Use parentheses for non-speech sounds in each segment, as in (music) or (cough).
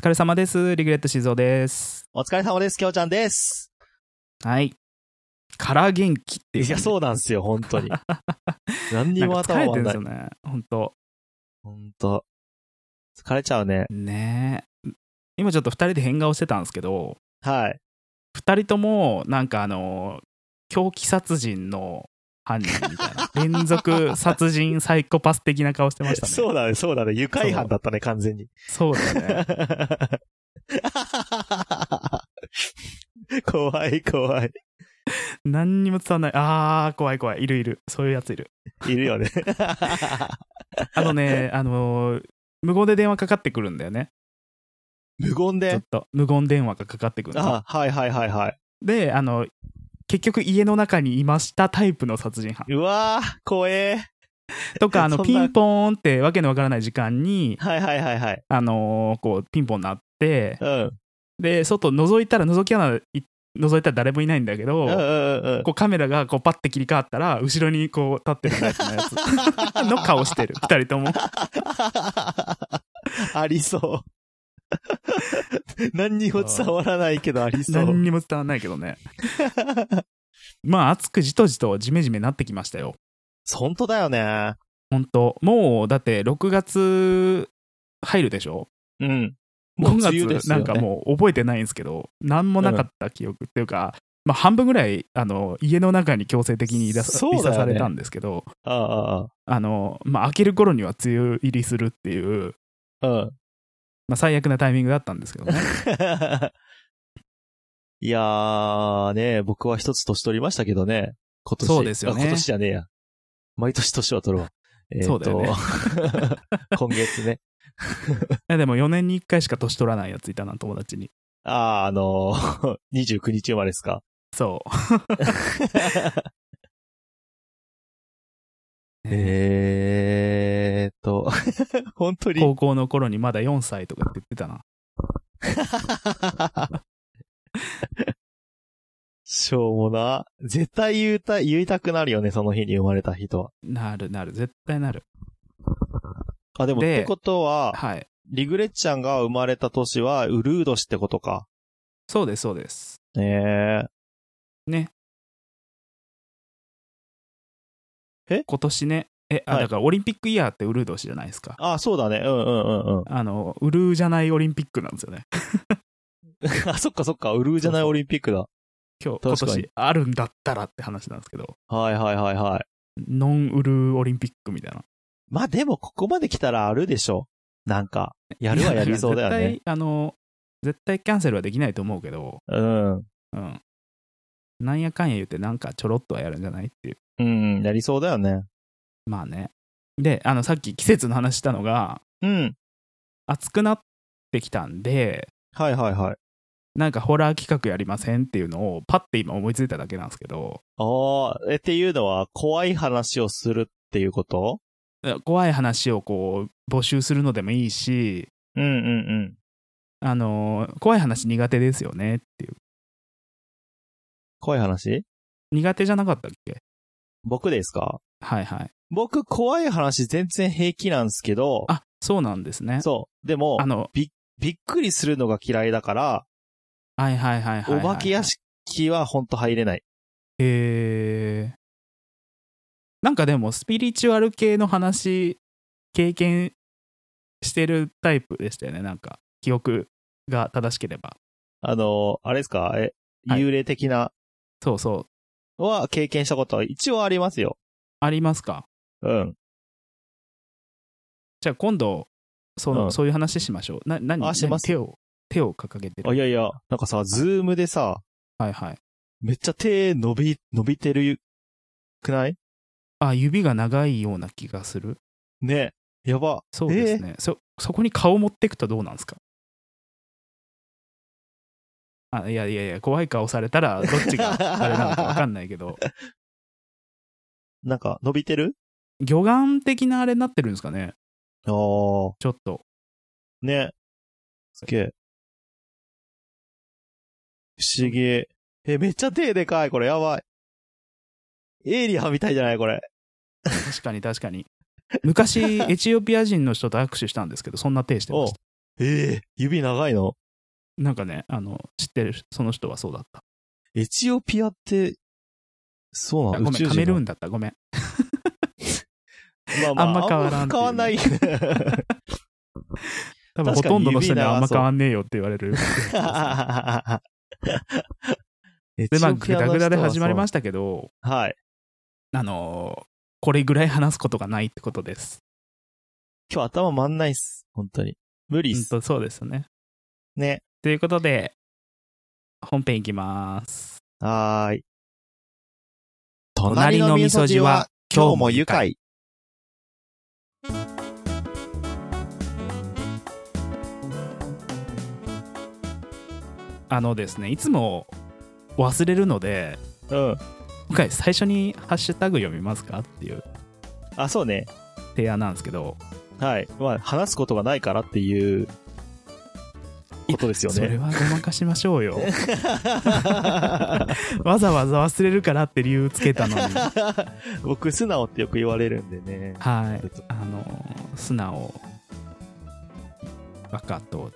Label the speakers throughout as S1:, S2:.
S1: お疲れ様です。リグレット静雄です。
S2: お疲れ様です、きょうちゃんです。
S1: はい。から元気っていう。
S2: いや、そうなんですよ、本当 (laughs) に。何に
S1: なん
S2: も
S1: か
S2: 頭
S1: 疲れ
S2: 回
S1: てる
S2: ん
S1: んで
S2: ない
S1: すよ。ね。本当
S2: 本当疲れちゃうね。
S1: ねえ。今ちょっと2人で変顔してたんですけど、
S2: はい。
S1: 2人ともなんかあの、狂気殺人の犯人みたいな、
S2: (laughs)
S1: 連続殺人サイコパス的な顔してましたね。
S2: そうだね、そうだね。愉快犯だったね、完全に。
S1: そうだね。
S2: (laughs) 怖い、怖い。
S1: 何にも伝わんない。あー、怖い怖い。いるいる。そういうやついる。
S2: いるよね。
S1: あのね、あのー無言で電話かかってくるんだよね。
S2: 無言
S1: ちょ
S2: で
S1: っ。と、無言電話がかかってくるの。
S2: あ、はいはいはいはい。
S1: であの結局家の中にいましたタイプの殺人犯
S2: うわー、怖え。
S1: とかあの
S2: (laughs) そん
S1: ピ
S2: な
S1: ンポーンってわけのわからない時間に、
S2: はいはいはいはい。
S1: あのーこうピンポン鳴って
S2: うん。で、
S1: で外覗いたら覗き穴い覗いたら誰もいないんだけど、
S2: うんうんうんうん。
S1: こうカメラがこうパッて切り替わったら後ろにこう立ってるタイプのやつ
S2: (laughs)
S1: の顔してる2人とも
S2: あり (laughs) そう。何にも伝わらないけどありそう
S1: 何。にも伝わんないけどねまあ暑くじとじとジメジメなってきましたよ
S2: 本当だよね。
S1: 本当もうだって6月入るでしょ
S2: うん。もう
S1: 5
S2: 梅雨で
S1: 月
S2: す
S1: な
S2: よね
S1: んかもう覚えてないんですけど、なんもなかった記憶っていうか、まあ、半分ぐらいあの家の中に強制的にいらさ,、
S2: そうだよね
S1: されたんですけど
S2: ああ、あ
S1: あの、まあ、開ける頃には梅雨入りするっていう、
S2: あ、うん。 (laughs)
S1: まあ、最悪なタイミングだったんですけどね
S2: いやーね、僕は一つ年取りましたけどね。今年。
S1: そうですよね
S2: あ今年じゃねえや。毎年年は取るわ。えー
S1: そうだよね
S2: (laughs) 今月
S1: い
S2: ね。
S1: やでも4年に1回しか年取らないやついたな友達に
S2: ああ、あのー、29日生 (laughs) まれですか。
S1: そ
S2: (laughs) えーっと、 (laughs) 本当
S1: う (laughs)
S2: に。
S1: 高校の頃にまだ4歳とかって言ってたな
S2: しょうもな。絶対言いた、言いたくなるよね、その日に生まれた人は。
S1: なるなる絶対なる
S2: あ、でも、っ
S1: で
S2: てことは、
S1: はい
S2: リグレッちゃんが生まれた年は、ウルードってことか。
S1: そうですそうです
S2: ええ
S1: 今年ねえあ、
S2: はい
S1: だからオリンピックイヤーってウルー年じゃないですか
S2: あ、そうだね。うんうんうんうん。
S1: あのウルーじゃないオリンピックなんですよね
S2: (laughs) あ、そっかそっか。ウルーじゃないオリンピックだ。
S1: 今日、今
S2: 確かに
S1: 年あるんだったらって話なんですけど、
S2: はいはいはいはい。
S1: ノンウルーオリンピックみたいな。
S2: まあでも、ここまで来たらあるでしょ。なんか、やるはやりそうだ
S1: い
S2: よ
S1: や
S2: ね。
S1: 絶対、あの、絶対キャンセルはできないと思うけど、
S2: うん。
S1: うん。なんやかんや言って、なんかちょろっとはやるんじゃないっていう。
S2: うん、やりそうだよね。
S1: まあね。で、あの、さっき季節の話したのが、
S2: うん。
S1: 暑くなってきたんで、
S2: はいはいはい。
S1: なんかホラー企画やりませんっていうのを、パッて今思いついただけなんですけど、
S2: ああ、え、っていうのは、怖い話をするっていうこと
S1: 怖い話をこう、募集するのでもいいし、
S2: うんうんうん。
S1: あの、怖い話苦手ですよねっていう。
S2: 怖い話
S1: 苦手じゃなかったっけ
S2: 僕ですか
S1: はいはい。
S2: 僕、怖い話全然平気なんですけど、
S1: あ、そうなんですね。
S2: そう。でも
S1: あ、の、
S2: びっくりするのが嫌いだから、
S1: はいはいはいはいはい、
S2: お化け屋。敷はほんと入れない。
S1: へえ。なんかでも、スピリチュアル系の話、経験してるタイプでしたよね。なんか、記憶が正しければ。
S2: あの、あれですかえ、
S1: はい
S2: 幽霊的な
S1: そうそう。
S2: は経験したことは一応ありますよ。
S1: ありますか
S2: うん。
S1: じゃあ今度、その、
S2: うん
S1: そういう話しましょう。な、何
S2: あします
S1: 何手を、手を掲げて
S2: あ、
S1: る。
S2: いやいや、なんかさ、ズームでさ、
S1: はいはい。
S2: めっちゃ手伸び、伸びてるくない
S1: あ、指が長いような気がする。
S2: ね。やば。
S1: そうですね。そ、そこに顔持ってくとどうなんですかあ、いやいやいや、怖い顔されたら、どっちがあれなのかわかんないけ
S2: (laughs)
S1: ど、
S2: なんか、伸びてる
S1: 魚眼的なあれになってるんですかねち
S2: ああ、
S1: ょっと。
S2: ね。すげえ。不思議。え、めっちゃ手でかい、これ。やばい。エイリアンみたいじゃないこれ。
S1: 確かに確かに。昔、エチオピア人の人と握手したんですけど、そんな手してま
S2: お
S1: した。
S2: ええ指長いの
S1: なんかね、あの、知ってる、その人はそうだった。
S2: エチオピアって、そう
S1: あ
S2: なの
S1: ご
S2: 宇
S1: め
S2: 宙
S1: ん、
S2: 人
S1: カメルー
S2: ン。
S1: ンだった。ごめん。
S2: まあまあ、
S1: あんま変わらんっていうね
S2: 変わ
S1: (laughs)
S2: んないよね。
S1: 多分ほ
S2: 確かに
S1: とんどの人に
S2: 指長そう
S1: あんま変わんねえよって言わ
S2: (laughs)
S1: れる。
S2: エ
S1: で、
S2: チ
S1: まあ、
S2: オ
S1: グ
S2: ピア
S1: ダ
S2: の人はそう
S1: グダで始まりましたけど、
S2: はい。
S1: あのーこれぐらい話すことがないってことです。
S2: 今日頭回んないっす。本当に。無理っ
S1: うん
S2: す。
S1: と、そうですね。
S2: ね。
S1: ということで、本編いきます。
S2: はーい。
S1: 隣の味噌汁は今日も愉快。あのですね、いつも忘れるので、
S2: うん。
S1: 今回最初にハッシュタグ読みますかっていう
S2: あ、そうね。
S1: 提案なんですけど、
S2: はい。まあ、話すことがないからっていう、ことですよ
S1: それ
S2: ね。
S1: はごまかしましょうよ。わざわざ忘れるからって理由つけたのに。はい。
S2: 僕、素直ってよく言われるんでね。
S1: あ
S2: ちょっと
S1: の、素直、バカと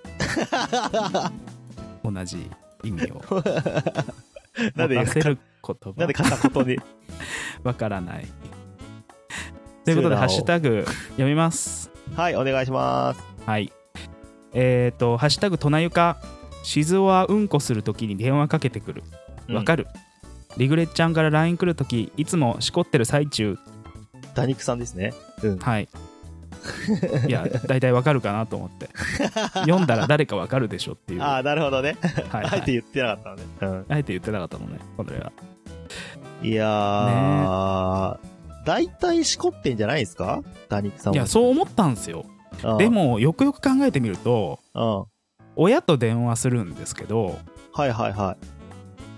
S1: 同じ意味
S2: (laughs)
S1: を
S2: な
S1: 持
S2: んで
S1: たせる言
S2: なんで
S1: 葉
S2: 片言
S1: (laughs)
S2: に。
S1: わからない。ということで、
S2: 素直
S1: ハッシュタグ読みます。
S2: はい、お願いします。
S1: はい。えっ、と、ハッシュタグ、となゆか、静雄はうんこするときに電話かけてくる。わ
S2: る。
S1: かる。リグレッちゃんから LINE 来るとき、いつもしこってる最中。
S2: ダニクさんですね。
S1: はい。いや、大体わかるかなと思って。読んだら誰かわかるでしょっていう。
S2: ああ、なるほどね。
S1: はい
S2: あ
S1: は
S2: えて
S1: い
S2: 言ってなかったのね。
S1: あえて言ってなかったもんね、これは。
S2: うん。いやー、大体しこってんじゃないですかダニクさん
S1: い
S2: も
S1: や、そう思ったんですよ。
S2: うん
S1: でも、よくよく考えてみると、
S2: うん。
S1: 親と電話するんですけど、
S2: はいはいは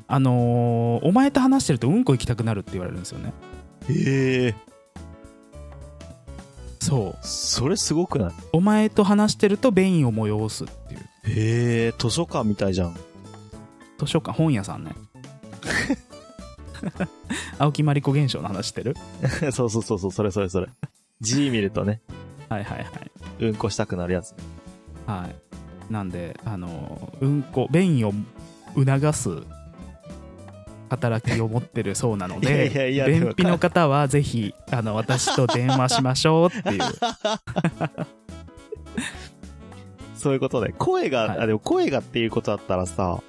S1: あのーお前と話してるとうんこ行きたくなるって言われるんですよね。
S2: い。ええ
S1: そう。
S2: それすごくない
S1: お前と話してると便意を催すっていう。
S2: ええ図書館みたいじゃん。 (laughs)
S1: 図書館、本屋さんね。青木まりこ現象の話してる
S2: そうそうそうそう、それそれそれ。字見るとね、
S1: はいはいはい。
S2: うんこしたくなるやつ。
S1: はい、なんであのうんこ便意を促す働きを持ってるそうなので
S2: (laughs) いやいやいやでも
S1: 便秘の方はぜひあの私と電話しましょう
S2: (laughs)
S1: っていう
S2: そういうことね。声が、
S1: はい
S2: あ、でも声がっていうことだったらさ、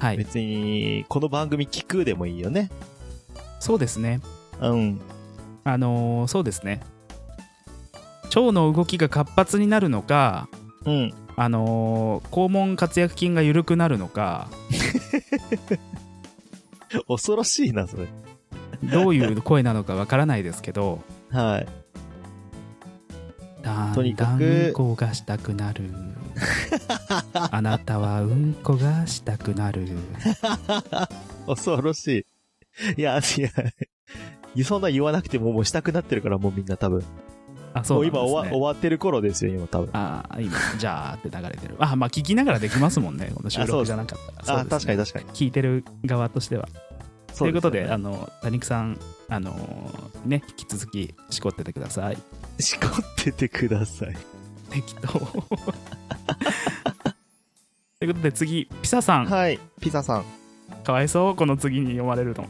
S1: はい
S2: 別に、この番組聞くでもいいよね。
S1: そうですね
S2: うん。
S1: あのそうですね腸の動きが活発になるのか
S2: うん。
S1: あの肛門括約筋が緩くなるのか
S2: 恐ろしいな、それ。
S1: どういう声なのかわからないですけど
S2: はい。
S1: だ
S2: と
S1: ん
S2: に
S1: だ
S2: か
S1: ん
S2: く
S1: うんこがしたくな
S2: (laughs)
S1: るあなたはうんこがしたくなる
S2: 恐ろしい。いや、いや、そんな言わなくてももうしたくなってるから、もうみんな多分。
S1: あそうなんです、ね、
S2: もう今終わ終わってる頃ですよ、今多分。
S1: あー今じゃあって流れてるあまあ聞きながらできますもんねこの収
S2: あそ
S1: 録
S2: うです
S1: じゃなかったら
S2: あ、確かに
S1: に
S2: 確かに。
S1: 聞いてる側としては、ということで、あ
S2: の、
S1: の多肉さんあのーね引き続きしこっててください
S2: しこっててください。
S1: 適
S2: (laughs)
S1: 当ということで次ピサさん
S2: はい、ピザさん。
S1: かわいそうこの次に読まれるの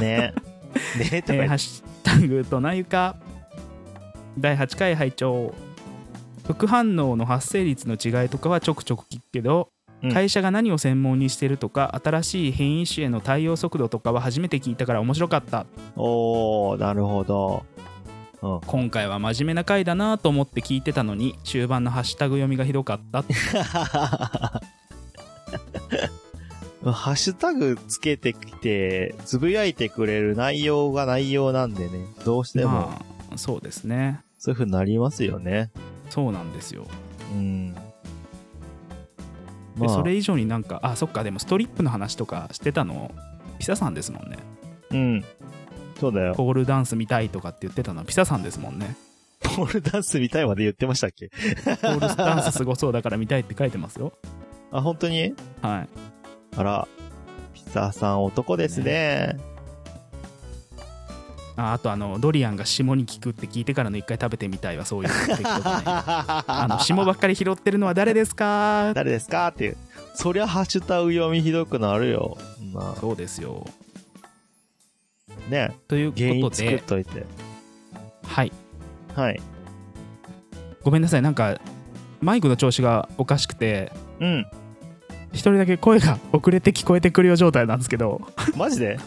S2: ね
S1: (laughs)
S2: ねとか
S1: えー
S2: 言
S1: ハッ
S2: っ
S1: シュタグとなゆか第8回拝聴副反応の発生率の違いとかはちょくちょく聞くけど、
S2: うん
S1: 会社が何を専門にしてるとか新しい変異種への対応速度とかは初めて聞いたから面白かった
S2: おー、なるほど。うん。
S1: 今回は真面目な回だなと思って聞いてたのに終盤のハッシュタグ読みがひどかった
S2: ハッシュタグつけてきて、つぶやいてくれる内容が内容なん (laughs) でね、どうしても
S1: まあそうですね
S2: そういう風になりますよね。
S1: そうなんですよ、
S2: うん。
S1: でそれ以上になんかあそっかでもストリップの話とかしてたのピサさんですもんね
S2: うん。そうだよ。
S1: ポールダンス見たいとかって言ってたのはピサさんですもんね
S2: ポールダンスみたいまで言ってましたっけ
S1: ポールスタンスすごそうだから見たいって書いてますよ。
S2: あ、本当に
S1: はい。 (laughs)
S2: あら、ピザさん男ですね。
S1: ああとあのドリアンが霜に効くって聞いてからの一回食べてみたいはそういう目的と
S2: (laughs)
S1: かねあの霜ばっかり拾ってるのは誰ですか
S2: 誰ですかっていう。そりゃハッシュタグ読みひどくなるよ。ま
S1: そうですよ
S2: あ、ね。
S1: という
S2: 原
S1: こ
S2: 因
S1: と
S2: 作っ
S1: で
S2: といて。
S1: はい
S2: はい。
S1: ごめんなさいなんかマイクの調子がおかしくて
S2: うん。
S1: 一人だけ声が遅れて聞こえてくるよう状態なんですけど
S2: マジで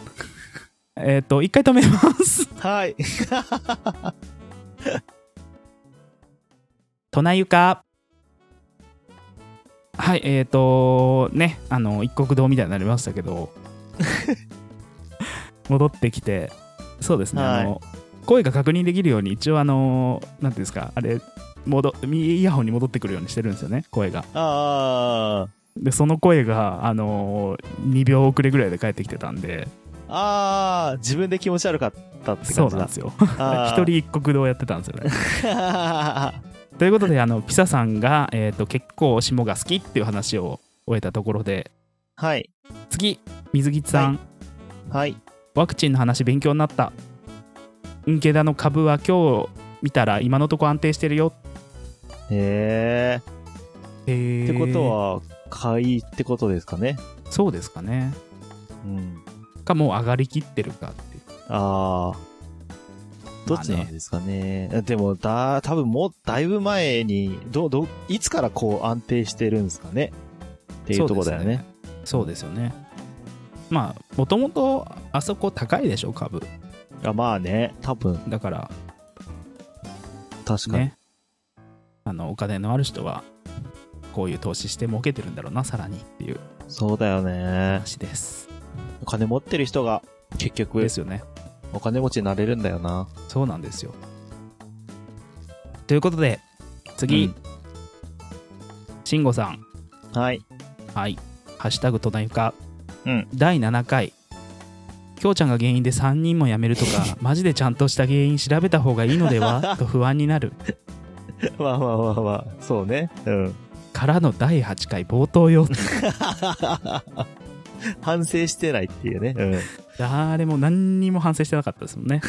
S2: (laughs)
S1: えっと一回止めます
S2: はい。
S1: トナユカはいえっ、とねあの一国堂みたいになりましたけ (laughs) ど戻ってきてそうですね、
S2: はい
S1: あの声が確認できるように一応あのなんていうんですかあれ戻イヤホンに戻ってくるようにしてるんですよね声が
S2: あ
S1: でその声があの2秒遅れぐらいで帰ってきてたんで
S2: あ。ああ。自分で気持ち悪かったって
S1: そ
S2: 感
S1: う
S2: じ
S1: なん
S2: だ
S1: で。すよ
S2: あ
S1: 一
S2: ー
S1: 人。一国堂やってたんです (laughs) よね
S2: あ
S1: ということであのピサさんが、えー、と結構霜が好きっていう話を終えたところで
S2: ー (laughs) はい。
S1: 次水木さん、
S2: ははい。
S1: ワクチンの話勉強になった池田の株は今日見たら今のとこ安定してるよ
S2: へえ。
S1: っ
S2: ってことは、買いってことですかね。
S1: そうですかね
S2: うん。
S1: かもう上がりきってるかっていう
S2: ああ。どっちなんですかね。でも、だ、多分もうだいぶ前に、ど、ど、いつからこう安定してるんですかね。っていうとこだよね。
S1: そうですよねまあもともとあそこ高いでしょ株
S2: あまあね、多分、
S1: だから
S2: 確かに。
S1: ねあのお金のある人はこういう投資して儲けてるんだろうなさらにっていう
S2: そうだよね。
S1: 話です
S2: お金持ってる人が、結局
S1: で、すよね
S2: お金持ちになれるんだよな。
S1: そうなんですよということで次慎吾、さん
S2: はい。 (laughs)
S1: はい。ハッシュタグとなゆか。
S2: うん
S1: 第7回。きょうちゃんが原因で3人も辞めるとか、
S2: (laughs)
S1: マジでちゃんとした原因調べた方がいいのではと不安になる。
S2: まあまあまあまあ、そうね。うん。
S1: からの第8回冒頭よ。
S2: 反省してないっていうね。うん。
S1: 誰も何にも反省してなかったですもん
S2: (laughs)
S1: ね。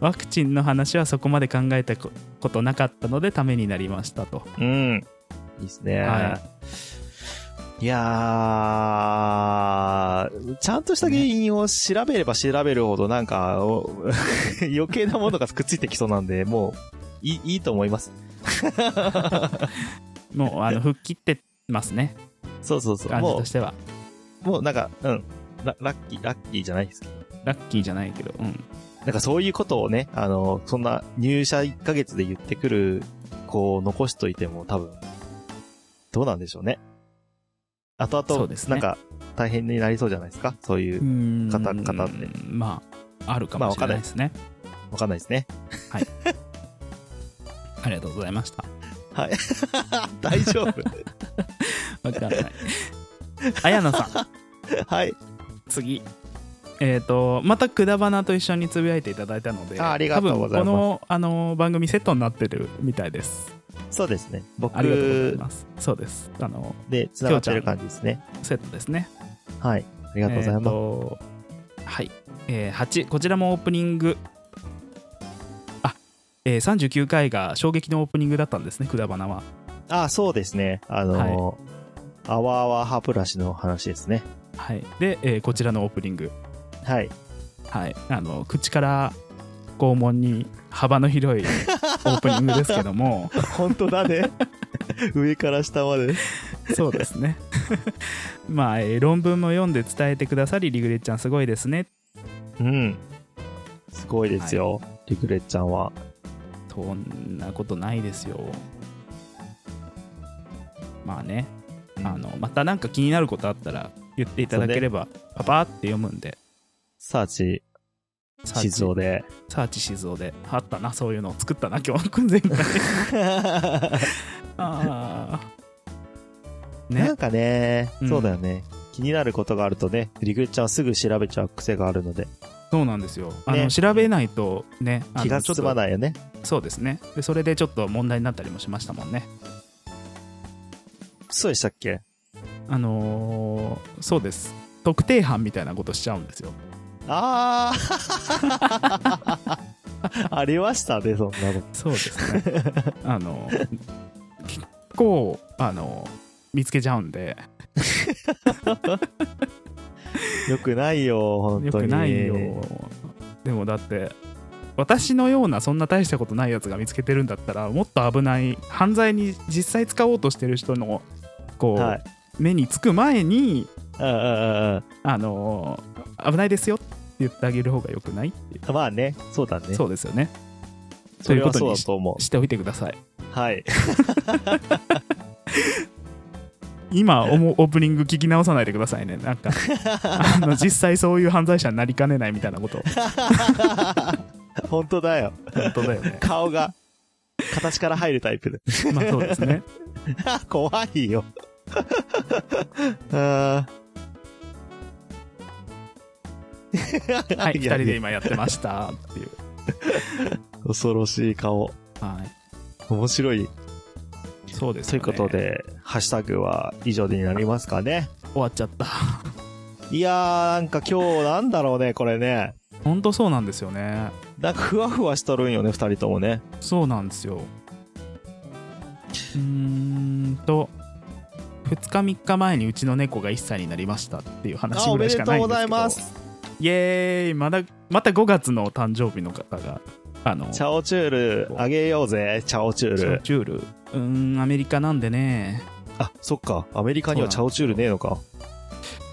S1: ワクチンの話はそこまで考えたことなかったのでためになりましたと。
S2: うん。いいっすね。、
S1: はい
S2: やー、ちゃんとした原因を調べれば調べるほど、なんか、お (laughs) 余計なものがくっついてきそうなんで、もう、いい、いいと思います。
S1: もうあの吹っ切ってますね、
S2: そうそうそう。
S1: 感じと
S2: も
S1: しては。
S2: う、もうなんか、うん。ララッキー、ラッキーじゃないですけど。
S1: ラッキーじゃないけど、うん。
S2: なんかそういうことをね、あの、そんな入社1ヶ月で言ってくる子を残しといても多分、どうなんでしょうね。後
S1: そ
S2: 々、
S1: うですね
S2: なんか大変になりそうじゃないですかそういう
S1: うーん
S2: カタカタって
S1: まああるかもしれないですね、
S2: わかんないですね。
S1: あ、りがとうございま
S2: (laughs)
S1: した (laughs)
S2: はい。大丈夫。
S1: わかんない綾菜さん
S2: はい。
S1: 次えっ、とまたくだばなと一緒につぶやいていただいたので
S2: あありがとうござ
S1: 多
S2: います
S1: 分この、あの番組セットになってるみたいです
S2: そうですね。
S1: ありがとうござい
S2: 僕
S1: ますそうですあの
S2: で繋がってる感じですね。
S1: セットですね
S2: はい。ありがとうござい
S1: えー
S2: ます。
S1: とはい、えー8こちらもオープニングあ、えー39回が衝撃のオープニングだったんですねくだばなは
S2: あ、そうですね。あのーアワーワー歯ブラシの話ですね。
S1: はいで、えーこちらのオープニング
S2: はい。
S1: はい、あの口から肛門に幅の
S2: (laughs)
S1: 広いオープニングですけども
S2: 本当だ
S1: (laughs)
S2: ね。上から下まで。
S1: そうですね (laughs) まあ、えー論文も読んで伝えてくださりリグレッちゃんすごいですね
S2: うん。すごいですよ。リグレッちゃんは。
S1: そんなことないですよまあねあのまたなんか気になることあったら言っていただければパパーって読むんで
S2: サーチ、
S1: サーチ
S2: 静雄で。
S1: サーチ静雄であったなそういうのを作ったな今日 (laughs) 前
S2: (laughs)
S1: 回あ
S2: (laughs)
S1: あ
S2: な
S1: ね
S2: んかね、
S1: うん
S2: そうだよね。気になることがあるとね、リグレッちゃんはすぐ調べちゃう癖があるので、
S1: そうなんですよ。あの、
S2: ね
S1: 調べないとね、あの
S2: 気が進ま
S1: ちょっ
S2: ないよね。
S1: とそうですねで。それでちょっと問題になったりもしましたもんね。
S2: そうでしたっけ
S1: あのーそうです。特定班みたいなことしちゃうんですよ。
S2: あ (laughs) あありましたね、そんなの。
S1: そうですね
S2: (laughs)
S1: あの結構あの見つけちゃうんで
S2: よくないよ、本
S1: よ
S2: 当
S1: く
S2: に。
S1: ないよ。でもだって私のようなそんな大したことないやつが見つけてるんだったらもっと危ない犯罪に実際使おうとしてる人のこう、
S2: はい。
S1: 目につく前に
S2: うんうんうん
S1: あのー危ないですよって言ってあげる方がよくないっていう、
S2: うん。まあね、そうだね。
S1: そうですよね
S2: それ
S1: とい
S2: は
S1: うこと
S2: そう
S1: に
S2: だと思。
S1: しておいてくださいう
S2: はい。 (laughs)
S1: 今お
S2: (laughs)
S1: もオープニング聞き直さないでくださいねなんかあの実際そういう犯罪者になりかねないみたいなこと
S2: 本当だよ。
S1: 本当だよね
S2: 顔が、形から入るタイプで。 (laughs)
S1: まあそうですね
S2: 怖いよ。 (laughs) あー
S1: はい2
S2: いや
S1: 人で今やってましたっていう
S2: 恐ろしい顔。
S1: はい
S2: 面白い。
S1: そうです
S2: とい
S1: よ
S2: う
S1: ね
S2: ことで、ハッシュタグは以上になりますかね。
S1: 終わっちゃった
S2: いやー、なんか今日なんだろうね、これね。
S1: 本当そうなんですよね
S2: なんかふわふわしとるんよね、二人ともね。
S1: そうなんですようーんと2日3日前にうちの猫が1歳になりましたっていう
S2: あ、
S1: 話
S2: お
S1: ぐら
S2: め
S1: いし
S2: で
S1: か
S2: と
S1: な
S2: う
S1: い
S2: ご
S1: んで
S2: ざ
S1: す
S2: い
S1: けど
S2: ます。
S1: イエーイまだまた5月のお誕生日の方があの
S2: チャオチュール、あげようぜ、チャオチュー
S1: チャオ
S2: ル。
S1: チュールうーんアメリカなんでね
S2: あ、そっか、アメリカにはチャオチュールねえのか。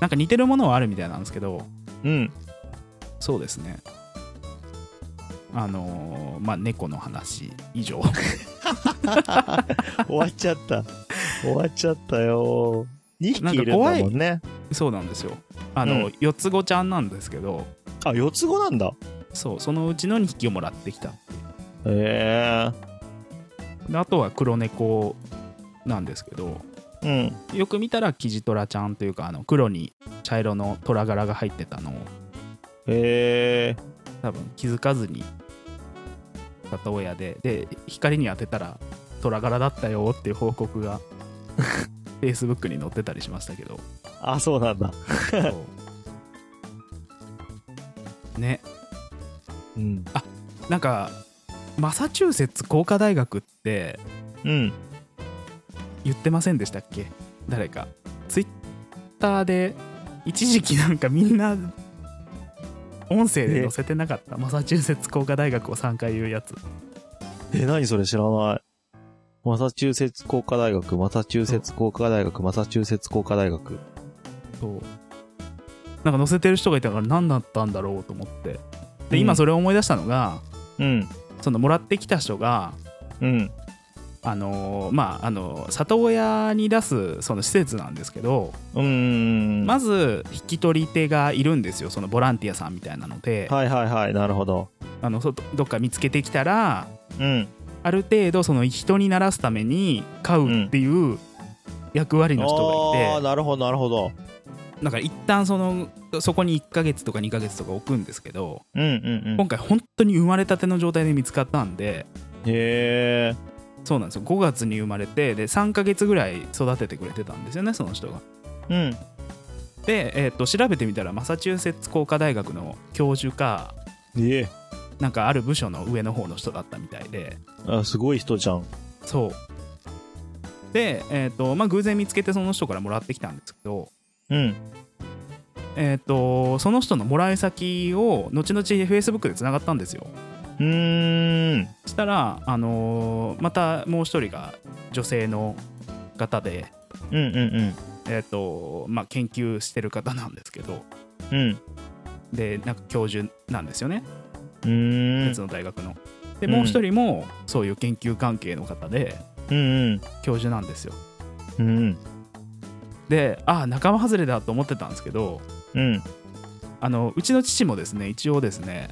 S1: なんか似てるものはあるみたいなんですけど
S2: うん。
S1: そうですねあのーまあ猫の話以上 (laughs)
S2: 終わっちゃった。終わっちゃったよ。2匹いるんだ
S1: なんか
S2: も
S1: 怖
S2: んね。
S1: そうなんですよあの、
S2: う
S1: 四つ子ちゃんなんですけど
S2: あ、四つ子なんだ。
S1: そうそのうちの2匹をもらってきた
S2: へ
S1: であとは黒猫なんですけど
S2: え。うん。
S1: よく見たらキジトラちゃんというかあの黒に茶色の虎柄が入ってたのを
S2: へえ。
S1: 多分気づかずに里親でで光に当てたら虎柄だったよっていう報告が Facebook に載ってたりしましたけど
S2: あ、そうなんだ。
S1: そうね
S2: うん。
S1: なんかマサチューセッツ工科大学って
S2: うん。
S1: 言ってませんでしたっけ誰かツイッターで一時期なんかみんな音声で載せてなかったマサチューセッツ工科大学を3回言うやつ
S2: え、何それ知らない。マサチューセッツ工科大学、マサチューセッツ工科大学、マサチューセッツ工科大学。
S1: そうなんか載せてる人がいたから何だったんだろうと思ってで
S2: う
S1: 今
S2: ん
S1: それを思い出したのが、
S2: うん。
S1: そのもらってきた人が
S2: うん。
S1: あのーまああのー里親に出すその施設なんですけど、
S2: うん。
S1: まず引き取り手がいるんですよそのボランティアさんみたいなので、
S2: はいはいはい、なるほど。
S1: あのそどっか見つけてきたら
S2: うん。
S1: ある程度その人にならすために飼うっていう役割の人がいて、
S2: ああ、なるほど、なるほど。
S1: なんか一旦そのそこに1ヶ月とか2ヶ月とか置くんですけど
S2: うんうんう
S1: 今回本当に生まれたての状態で見つかったんで
S2: ん。へえ。
S1: そうなんですよ5月に生まれてで3ヶ月ぐらい育ててくれてたんですよねその人が。
S2: うん。
S1: で、えー、と調べてみたらマサチューセッツ工科大学の教授か
S2: ええ。
S1: なんかある部署の上の方の人だったみたいで
S2: あ、すごい人じゃん。
S1: そうで、えーとまあ、偶然見つけてその人からもらってきたんですけど、
S2: うん。
S1: えー、とその人のもらい先を後々 Facebook でつながったんですよ
S2: うーん。
S1: そしたら、あのーまたもう一人が女性の方で、
S2: うんうん
S1: えーとまあ、研究してる方なんですけど
S2: うん。うん。
S1: でなんか教授なんですよね
S2: うー
S1: 別
S2: ん。
S1: の大学の。でもう一人もそういう研究関係の方で
S2: うん
S1: 教授なんですよ。
S2: うん。うん。
S1: でああ仲間外れだと思ってたんですけど
S2: うん。
S1: あのうちの父もですね一応ですね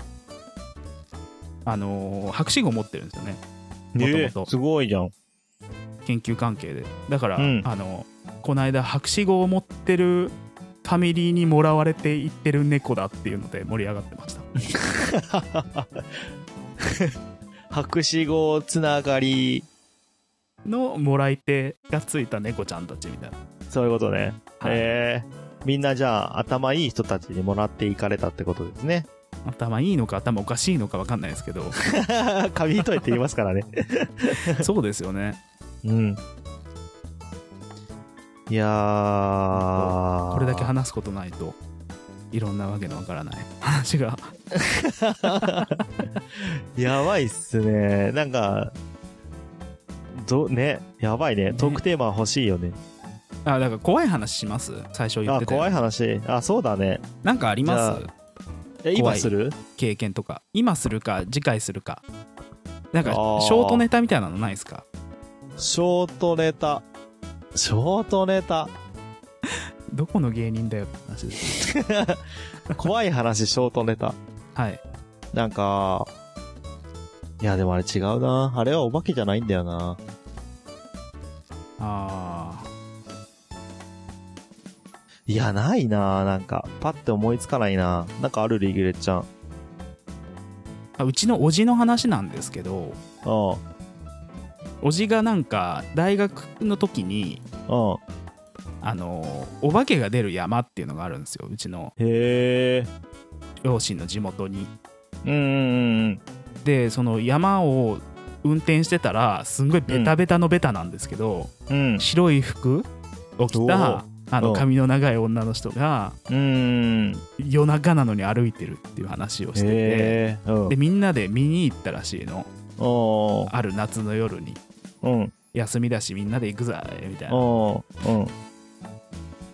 S1: あのー博士号持ってるんですよね
S2: ええ
S1: 元々
S2: すごいじゃん。
S1: 研究関係でだから、
S2: うん
S1: あのこの間博士号を持ってるファミリーにもらわれていってる猫だっていうので盛り上がってました
S2: 博士号つながり、
S1: のもらい手がついた猫ちゃんたちみたいな
S2: そういうことね。
S1: はい
S2: へえみんなじゃあ頭いい人たちにもらっていかれたってことですね。
S1: 頭いいのか頭おかしいのか分かんないですけ (laughs) ど
S2: 紙一重って言いますからね。
S1: そうですよね
S2: うん。いやー。
S1: これだけ話すことないといろんなわけのわからない話が
S2: やばいっすね。なんか、ど、ね、やばいね。
S1: ね
S2: トークテーマ欲しいよね。
S1: あだから怖い話します最初言っ
S2: あ、
S1: てた
S2: 怖い
S1: い
S2: 話。あ、そうだね。
S1: なんかあります
S2: じえ、
S1: 怖
S2: 今
S1: い
S2: する
S1: 経験とか今するか次回するかなんかシ
S2: あー
S1: ョートネタみたいなのないですか
S2: ショートネタ。ショートネタ。
S1: どこの芸人だよって話です
S2: 怖い話、ショートネタ。 (laughs)
S1: はい
S2: なんか、いや、でもあれ違うな。あれはお化けじゃないんだよな。
S1: あ
S2: いや、ないな。なんか、パッて思いつかないな。なんかあるリギュレちゃん。
S1: ーあうちのおじの話なんですけど
S2: うん。うん。
S1: おじがなんか大学の時にあのお化けが出る山っていうのがあるんですようちの
S2: へえ。
S1: 両親の地元に
S2: うんうんうん。
S1: でその山を運転してたらすんごいベタベタのベタなんですけど、
S2: うん。
S1: 白い服を着
S2: お
S1: た
S2: ー
S1: あの
S2: うん
S1: 髪の長い女の人が
S2: うん。
S1: 夜中なのに歩いてるっていう話をしてて
S2: へえ。うん
S1: で。みんなで見に行ったらしいの
S2: おー
S1: ある夏の夜に
S2: うん。
S1: 休みだしみんなで行くぜみたいな
S2: おーうん。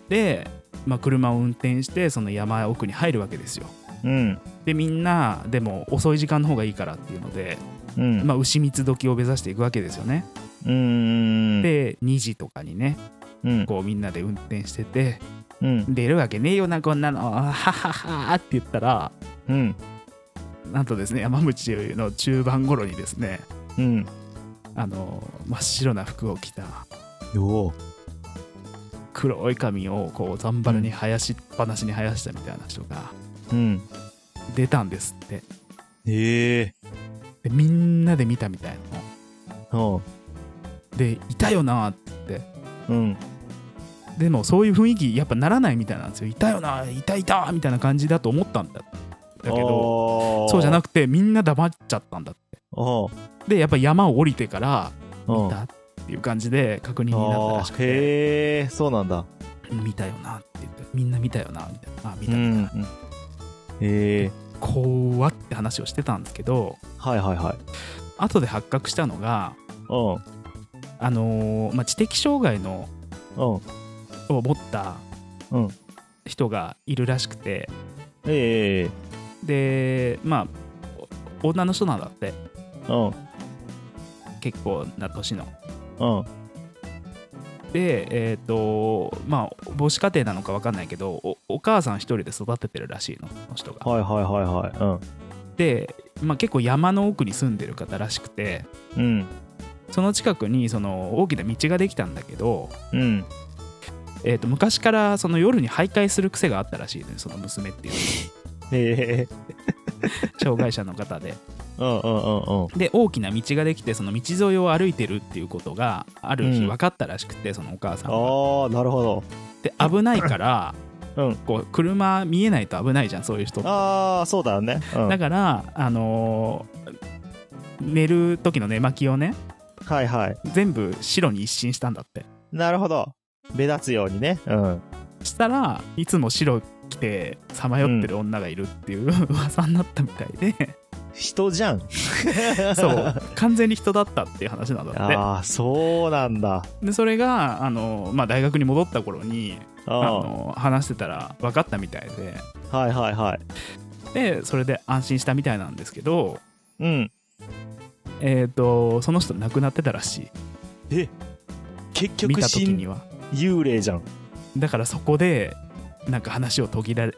S1: で、まあ、車を運転してその山奥に入るわけですよ
S2: うん。
S1: でみんなでも遅い時間の方がいいからっていうので、
S2: うん。
S1: まあ、牛三つ時を目指していくわけですよね
S2: うん。、
S1: で2時とかにね
S2: うん。
S1: こうみんなで運転してて
S2: うん。
S1: 出るわけねえよなこんなのはははって言ったら
S2: うん。
S1: なんとですね山口の中盤頃にですね
S2: うん。
S1: あの真っ白な服を着た
S2: おお。
S1: 黒い髪をこうざんばらに生やしっぱなしに生やしたみたいな人が
S2: うん。
S1: 出たんですって
S2: へえ。
S1: でみんなで見たみたいな
S2: お
S1: のでいたよなって言って
S2: うん。
S1: でもそういう雰囲気やっぱならないみたいなんですよいたよないたいたみたいな感じだと思ったんだだけど
S2: ど
S1: そうじゃな
S2: く
S1: くてみんな黙っちゃったんだって
S2: おう
S1: でやっぱ山を降りてから
S2: お
S1: 見たっていう感じで確認になったらしくて
S2: へえ、そうなんだ。
S1: 見たよなって言ってみんな見たよなみたいなあ見
S2: う
S1: た見た、
S2: ん。へえ。
S1: 怖って話をしてたんですけど
S2: はいはいはい。
S1: 後で発覚したのが
S2: う
S1: あのーまあ、知的障害の
S2: ん。うん。
S1: を持った
S2: うん
S1: 人がいるらしくて
S2: ええ。
S1: でまあお女の人なんだって
S2: うん。
S1: 結構な年の。
S2: うん。
S1: でえっ、とまあ母子家庭なのか分かんないけどおお母さん一人で育ててるらしいのその人が。
S2: はいはいはいは
S1: で、まあ、結構山の奥に住んでる方らしくて
S2: い。うん。
S1: その近くにその大きな道ができたんだけど、
S2: うん。うん。
S1: えー、と昔からその夜に徘徊する癖があったらしいのよその娘っていうの
S2: へえ。
S1: は障害者の方で。
S2: うんうんうんうん。
S1: で大きな道ができてその道沿いを歩いてるっていうことがある日
S2: うん
S1: 分かったらしくて、そのお母さんが。
S2: ああ、なるほど。
S1: で危ないから、
S2: うん
S1: こう車見えないと危ないじゃんそういう人って。
S2: ああ、そうだよね。うん。
S1: だから、あのー寝る時の寝巻きをね
S2: はいはい。
S1: 全部白に一新したんだって
S2: なるほど。目立つようにね。うん。
S1: したらいつも白着てさまよってる女がいるっていう (laughs) 噂になったみたいで、
S2: 人じゃ (laughs) ん。 (laughs)
S1: そう完全に人だったっていう話なんだっ
S2: ああ、そうなんだ。
S1: てでそれがあの、まあ、大学に戻った頃に
S2: う
S1: あ
S2: ん。は
S1: の話してたら分かったみたいで
S2: いはいはい。
S1: でそれで安心したみたいなんですけど、
S2: うん。
S1: えー、とその人亡くなってたらし
S2: え結
S1: い見
S2: 局
S1: た時
S2: 新
S1: には
S2: 幽霊じゃん。
S1: だからそこでなんか話を途切られ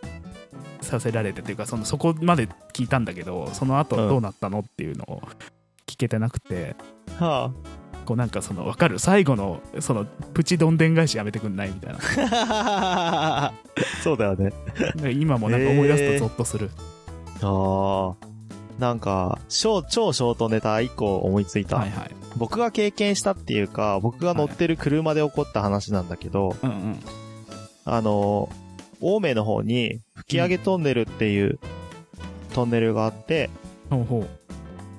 S1: させられてというかそのそこまで聞いたんだけどその後
S2: うん
S1: どうなったのっていうのを聞けてなくて、
S2: は
S1: こうなんかその分かる最後のそのプチどんでん返しやめてくんないみた
S2: (laughs)
S1: いな
S2: あ。 (laughs) そうだよね。
S1: なんか今もなんか思い出すとゾッとする、
S2: ああ。なんか、超、超ショートネタ一個思いついた。
S1: はいはい
S2: 僕が経験したっていうか、僕が乗ってる車で起こった話なんだけど、
S1: うんうん
S2: あの、青梅の方に吹上トンネルっていうトンネルがあって、
S1: ほうほ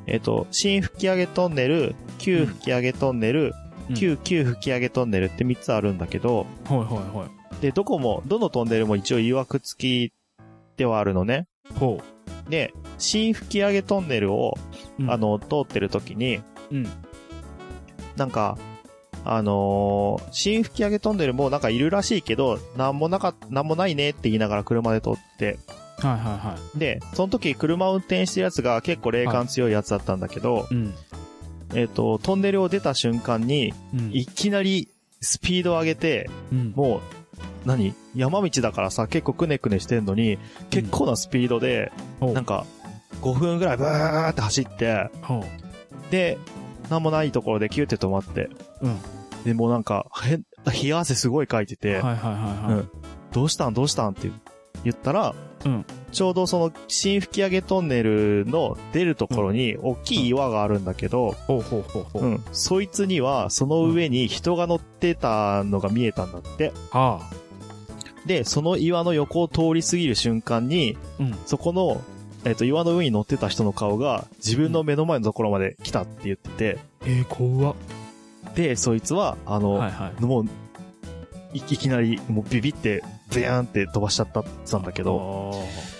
S2: えっと、新吹上トンネル、旧吹上トンネル、
S1: うん
S2: 旧旧吹上トンネルって3つあるんだけど、
S1: う。ほいほいほい。
S2: で、どこも、どのトンネルも一応曰く付きではあるのね。
S1: ほ
S2: で、新吹上トンネルを、
S1: う。うん
S2: あ、の、通ってる時に、
S1: うん。
S2: なんか、あのー新吹上トンネルもなんかいるらしいけど、なんもなか、なんもないねって言いながら車で通って、
S1: はいはいは
S2: で、その時車を運転してるやつが結構霊感強いやつだったんだけど、
S1: い。うん。
S2: えっ、と、トンネルを出た瞬間に、
S1: うん。
S2: いきなりスピードを上げて、
S1: うん、
S2: もう、何山道だからさ、結構くねくねしてんのに、結構なスピードで、
S1: ほう
S2: なんか、5分ぐらいブーって走って、
S1: ほう。
S2: で、なんもないところでキューって止まって、
S1: うん。
S2: で、もうなんか、へん、冷や汗すごいかいてて、
S1: はいはいはいはい。
S2: どうしたんどうしたんって言ったら、
S1: うん
S2: ちょうどその、新吹上トンネルの出るところに、大きい岩があるんだけど、
S1: ほうほうほうほう。
S2: うん、そいつには、その上に人が乗ってたのが見えたんだって。
S1: はあ。
S2: で、その岩の横を通り過ぎる瞬間に、
S1: うん。
S2: そこの、えっ、と、岩の上に乗ってた人の顔が、自分の目の前のところまで来たって言ってて、
S1: えー、怖っ。
S2: で、そいつは、あの、
S1: はいはい。
S2: もう、いいきなり、もうビビって、ブヤーンって飛ばしちゃったって言ってたんだけど、
S1: あー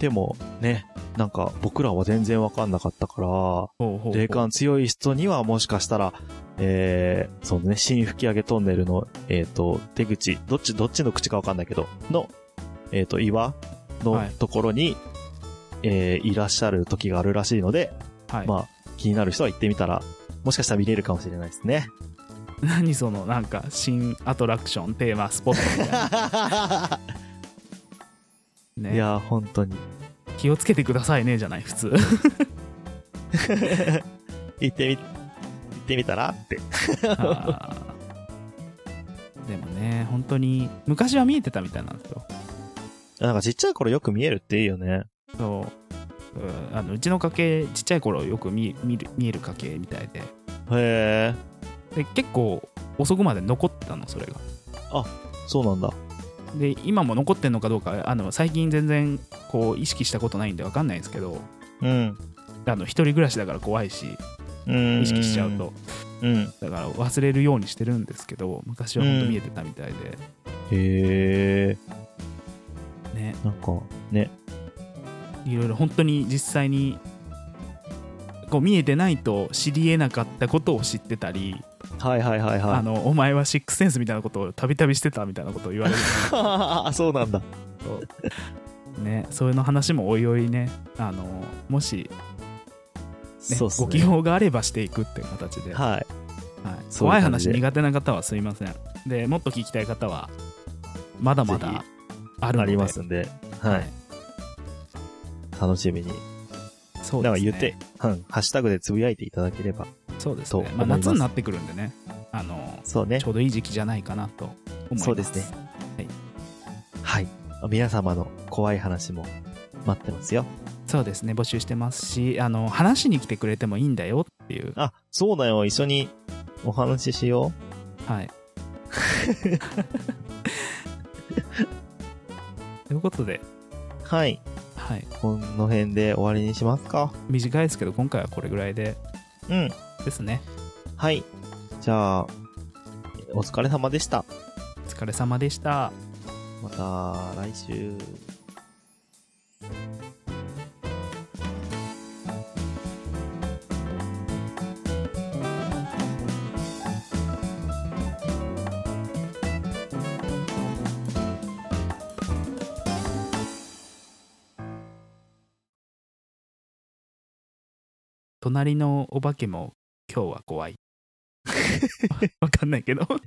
S2: でも、ね、なんか僕らは全然わかんなかったか
S1: ほうほうほ
S2: ら、
S1: う。
S2: 霊感強い人にはもしかしたら、えー、そのね、新吹上トンネルの、えっ、と、出口、どっち、どっちの口かわかんないけど、の、えっ、と、岩の
S1: はい
S2: ところに、えー、いらっしゃる時があるらしいので、
S1: はい。
S2: まあ、気になる人は行ってみたら、もしかしたら見れるかもしれないですね。
S1: (laughs) 何そのなんか新アトラクションテーマスポットみたいな、
S2: い
S1: ね、
S2: やー、本当に。
S1: 気をつけてくださいねじゃない普通
S2: 行ってみ、行ってみたらって。
S1: あーでもね本当に昔は見えてたみたいなんですよ
S2: なんかちっちゃい頃よく見えるっていいよね。
S1: そううんあのうちの家系ちっちゃい頃よく見見る見える家系みたいで
S2: へえ、
S1: で結構遅くまで残ってたのそれが
S2: そうなんだ。
S1: で今も残ってんのかどうかあの最近全然こう意識したことないんで分かんないんですけど
S2: うん。
S1: あの一人暮らしだから怖いし
S2: うん。
S1: 意識しちゃうと、。
S2: うん。
S1: だから忘れるようにしてるんですけど昔は本当見えてたみたいで、
S2: へえ、
S1: ね
S2: なんか、ね。
S1: いろいろ本当に実際にこう見えてないと知りえなかったことを知ってたり、
S2: はいはいはい
S1: あのお前はシックスセンスみたいなことをたびたびしてたみたいなことを言われる
S2: い。あ、 (laughs) そうなんだ。
S1: と (laughs) ねそういうの話もおいおいねあのもし、ね
S2: そうっす
S1: ご希
S2: ね。
S1: 望があればしていくっていう形で、はい
S2: はい。そういう
S1: 怖い
S2: 感
S1: 話
S2: じで
S1: 苦手な方はすいませんでもっと聞きたい方はまだまだあるの
S2: あ
S1: で
S2: りますんで。はい。楽しみに。
S1: そう
S2: なん
S1: です
S2: か言っ
S1: ね
S2: て、うん。ハッシュタグでつぶやいていただければ。
S1: そうですね
S2: と。
S1: まあ、
S2: 思います
S1: 夏になってくるんでね、あの
S2: そうね
S1: ち。ょうどいい時期じゃないかなと思います。
S2: そうですね。はい。皆様の怖い話も待ってますよ。
S1: そうですね。募集してますし、あの話しに来てくれてもいいんだよっていう。
S2: あ、そうだよ。一緒にお話ししよう。 (laughs)
S1: はい。ということで、
S2: はい。
S1: はい、
S2: この辺で終わりにしますか。
S1: 短いですけど、今回はこれぐらいで
S2: うん。
S1: ですね。
S2: はい。じゃあ、お疲れ様でした。
S1: お疲れ様でした。
S2: また来 (laughs) 週。
S1: 隣のお化けも今日は怖
S2: (laughs)
S1: い。わかんないけど、
S2: 語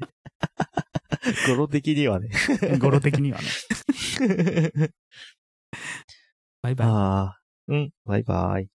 S2: 呂的には (laughs) ね。
S1: 語呂的にはね。バイバイ。
S2: ああ。うん。バイバイ。